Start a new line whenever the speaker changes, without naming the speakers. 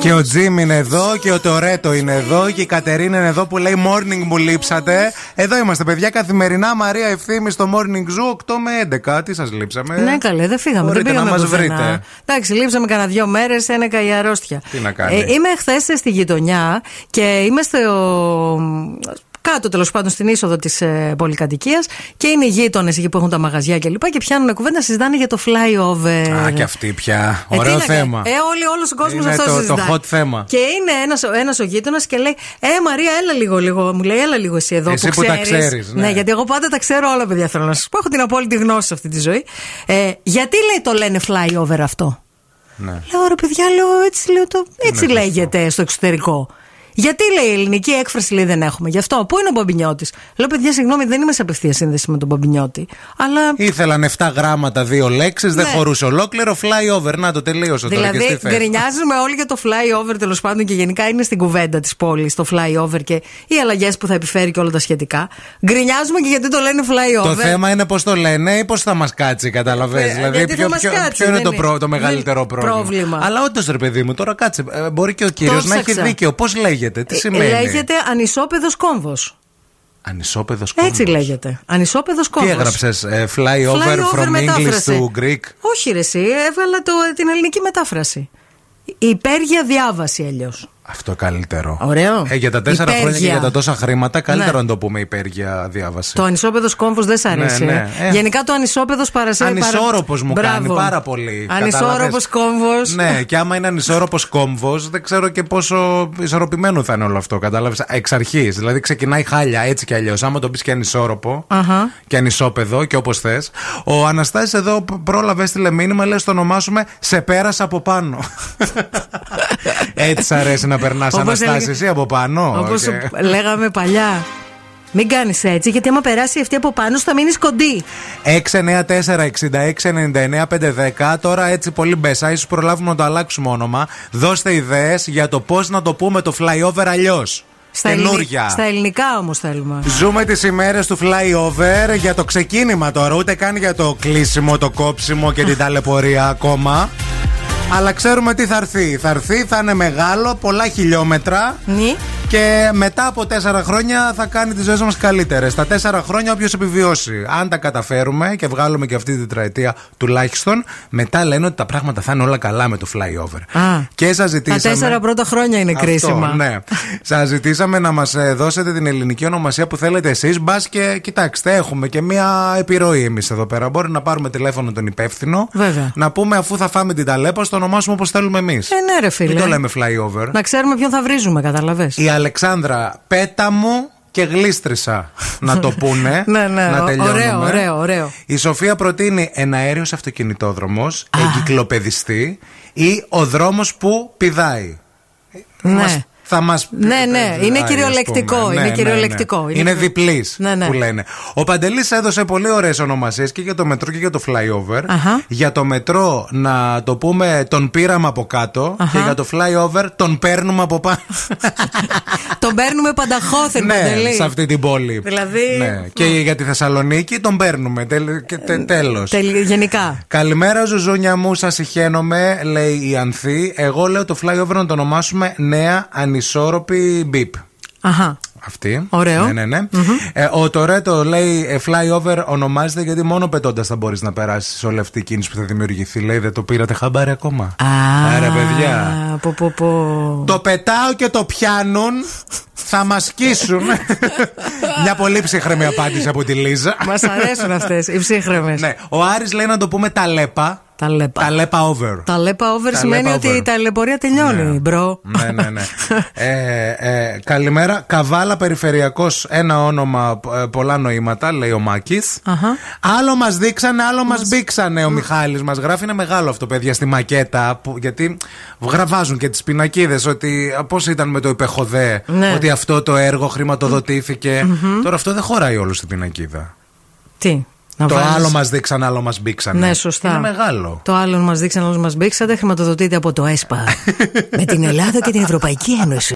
Και ο Τζιμ είναι εδώ και ο Τορέτο είναι εδώ και η Κατερίνα είναι εδώ που λέει morning μου λείψατε. Εδώ είμαστε, παιδιά, καθημερινά Μαρία Ευθύμη στο morning zoo 8 με 11. Τι σας λείψαμε.
Ναι, καλέ, δεν φύγαμε.
Μπορείτε
δεν πήγαμε
να μας
πουθενά.
βρείτε.
Εντάξει, λείψαμε κανένα δύο μέρες, ένεκα η αρρώστια.
Τι να κάνει.
Ε, είμαι χθες στη γειτονιά και είμαι στο. Κάτω τέλος πάντων στην είσοδο της ε, πολυκατοικίας και είναι οι γείτονες εκεί που έχουν τα μαγαζιά κλπ. Και, και πιάνουν κουβέντα, συζητάνε για το flyover.
Α, και αυτή πια.
Ε, τι
Ωραίο
να κάνει.
θέμα.
Ε, όλοι, όλος ο κόσμος
Είναι
αυτό
το- το
συζητάει.
hot θέμα.
Και είναι ένας, ο- ένας ο γείτονας και λέει: Ε, Μαρία, έλα λίγο, λίγο. Μου λέει: Έλα λίγο εσύ εδώ
Εσύ
που,
που τα
ξέρεις.
ξέρεις, ναι.
Ναι. γιατί εγώ πάντα τα ξέρω όλα, παιδιά. Θέλω να σας πω: Έχω την απόλυτη γνώση σε αυτή τη ζωή. Ε, γιατί λέει το λένε flyover αυτό.
Ναι.
Λέω ρε παιδιά, λέω έτσι, λέω, το, έτσι λέγεται στο εξωτερικό. Γιατί λέει η ελληνική έκφραση λέει δεν έχουμε. Γι' αυτό, πού είναι ο Μπομπινιώτης. Λέω παιδιά, συγγνώμη, δεν είμαι σε απευθεία σύνδεση με τον Μπομπινιώτη. Αλλά
Ήθελαν 7 γράμματα, δύο λέξεις, δεν
Ναι.
χωρούσε ολόκληρο. Fly over. Να το τελείωσε τώρα και
Δηλαδή,
στη θέση.
γκρινιάζουμε όλοι για το flyover τέλος πάντων και γενικά είναι στην κουβέντα της πόλης το flyover και οι αλλαγές που θα επιφέρει και όλα τα σχετικά. Γκρινιάζουμε και γιατί το λένε flyover.
Το θέμα είναι πώς το λένε ή πώς θα μας κάτσει, καταλαβαίνεις
Ε,
δηλαδή,
γιατί θα
ποιο,
μας
ποιο-
κάτσει,
ποιο είναι
δεν
το,
είναι.
προ- το μεγαλύτερο
Δεν-
πρόβλημα.
πρόβλημα.
Αλλά όντως, ρε παιδί μου, τώρα κάτσε. ε, Μπορεί και ο κύριος να έχει
ψάξα.
δίκιο. Πώς λέγεται, τι σημαίνει.
Ε, Λέγεται ανισόπεδος κόμβος.
Ανισόπεδος κόμμα.
Έτσι λέγεται. Ανισόπεδος κόμβο.
Τι έγραψε, fly over from English to Greek.
Όχι, ρε, εσύ, έβαλα το, την ελληνική μετάφραση. Υπέργεια διάβαση αλλιώς.
Αυτό καλύτερο.
Ωραίο.
Ε, για τα τέσσερα
Υπέργεια.
χρόνια και για τα τόσα χρήματα, καλύτερο
Ναι.
να το πούμε υπέργεια διάβαση.
Το ανισόπεδος κόμβος δεν σ' αρέσει.
ναι.
ε.
Ε.
Γενικά το ανισόπεδος παρασύρει.
Ανισόρροπος μου κάνει πάρα πολύ.
Ανισόρροπο
Κατάλαβες.
κόμβος.
Ναι, και άμα είναι ανισόρροπος κόμβος, δεν ξέρω και πόσο ισορροπημένο θα είναι όλο αυτό. Κατάλαβες. Εξ αρχής. Δηλαδή ξεκινάει χάλια έτσι κι αλλιώς. Άμα το πεις και ανισόρροπο
Αχα.
και ανισόπεδο και όπως θες. Ο Αναστάσης εδώ π- πρόλαβε, έστειλε μήνυμα, λέει στο ονομάσουμε Σε πέρασα από πάνω. έτσι σ' αρέσει να περνάς
Όπως
Αναστάση
έλεγε-
εσύ από πάνω.
Όπως
και-
λέγαμε παλιά. Μην κάνεις έτσι, γιατί άμα περάσει αυτή από πάνω, σου θα μείνεις κοντή.
694-6699-510. Τώρα έτσι πολύ μπέσα. ίσως προλάβουμε να το αλλάξουμε όνομα. Δώστε ιδέες για το πώς να το πούμε το flyover αλλιώς.
Στα, ελληνι- στα ελληνικά όμως θέλουμε.
Ζούμε τις ημέρες του flyover για το ξεκίνημα τώρα. Ούτε καν για το κλείσιμο, το κόψιμο και την ταλαιπωρία ακόμα. Αλλά ξέρουμε τι θα έρθει. Θα έρθει, θα είναι μεγάλο, πολλά χιλιόμετρα.
Νι.
Και μετά από τέσσερα χρόνια θα κάνει τις ζωές μας καλύτερες. Τα τέσσερα χρόνια όποιος επιβιώσει. Αν τα καταφέρουμε και βγάλουμε και αυτή την τετραετία τουλάχιστον, μετά λένε ότι τα πράγματα θα είναι όλα καλά με το flyover.
Α.
και σας
Τα
ζητήσαμε.
τέσσερα πρώτα χρόνια είναι
Αυτό,
κρίσιμα.
ναι. Σας ζητήσαμε να μας δώσετε την ελληνική ονομασία που θέλετε εσείς. Μπας και κοιτάξτε, έχουμε και μία επιρροή εμείς εδώ πέρα. Μπορεί να πάρουμε τηλέφωνο τον υπεύθυνο.
Βέβαια.
Να πούμε αφού θα φάμε την ταλέπα, στο ονομάσουμε όπως θέλουμε εμείς.
Ε, ναι, ρε
Μην
φίλε.
το λέμε Ε. flyover.
Να ξέρουμε ποιον θα βρίζουμε, καταλαβέ.
Η Αλεξάνδρα πέτα μου και γλίστρισα να το πούνε.
Ναι, ναι,
να
ω-
τελειώνουμε.
ωραίο, ωραίο, ωραίο.
Η Σοφία προτείνει ένα αέριος αυτοκινητόδρομος, εγκυκλοπαιδιστή ή ο δρόμος που πηδάει.
Ναι.
Μας- θα μας
Ναι, ναι,
πηδάει,
είναι
ας
κυριολεκτικό,
πούμε.
είναι κυριολεκτικό.
Είναι,
Είναι
είναι
κυριο-
διπλής
Ναι, ναι.
που λένε. Ο Παντελής έδωσε πολύ ωραίες ονομασίες και για το μετρό και για το flyover.
Αχα.
Για το μετρό να το πούμε τον πήραμε από κάτω και
Αχα.
για το flyover τον παίρνουμε από πάνω.
τον παίρνουμε πανταχώθεν,
Ναι,
Παντελή.
σε αυτή την πόλη.
Δηλαδή-
Ναι. Και για τη Θεσσαλονίκη τον παίρνουμε. Τέλο.
Ε,
τέλος.
Τελ- Γενικά.
Καλημέρα, Ζουζούνια μου. Σας συχαίνομαι, λέει η Ανθή. Εγώ λέω το flyover να το ονομάσουμε Νέα Ανισόρροπη Μπίπ.
Αχα.
Αυτή.
Ωραίο.
Ναι, ναι, ναι. Ε, ο Τωρέτο λέει ε, flyover ονομάζεται γιατί μόνο πετώντας θα μπορείς να περάσεις όλη αυτή η κίνηση που θα δημιουργηθεί. Λέει δεν το πήρατε χαμπάρι ακόμα.
Α,
Άρα, παιδιά.
Πω, πω, πω.
Το πετάω και το πιάνουν. Θα μας σκίσουν. Μια πολύ ψυχραιμή απάντηση από τη Λίζα.
Μας αρέσουν αυτές οι ψύχρεμες.
ναι. Ο Άρης λέει να το πούμε ταλέπα.
Τα λέπα.
Ταλέπα over.
Τα λέπα over
Τα
σημαίνει
λέπα
ότι
over.
η ταλαιπωρία τελειώνει, μπρο.
ναι, ναι, ναι. ε, ε, καλημέρα. Καβάλα περιφερειακός. Ένα όνομα, πο- ε, πολλά νοήματα, λέει ο Μάκης.
Αχα.
Άλλο μας δείξανε, άλλο μας μπήξανε. Ο Μιχάλης μας γράφει. Είναι μεγάλο αυτό, παιδιά, στη μακέτα. Που, γιατί γραβάζουν και τις πινακίδες. Ότι πώς ήταν με το υπεχοδέ.
Ναι.
Ότι αυτό το έργο χρηματοδοτήθηκε. Τώρα αυτό δεν χωράει όλο στην πινακίδα.
Τι. Να
το
βάλεις-
άλλο μας δείξαν, άλλο μας μπήξανε.
Ναι, σωστά.
Είναι μεγάλο.
Το άλλο μας δείξαν, άλλο μας μπήξατε. Χρηματοδοτείται από το ΕΣΠΑ. Με την Ελλάδα και την Ευρωπαϊκή Ένωση.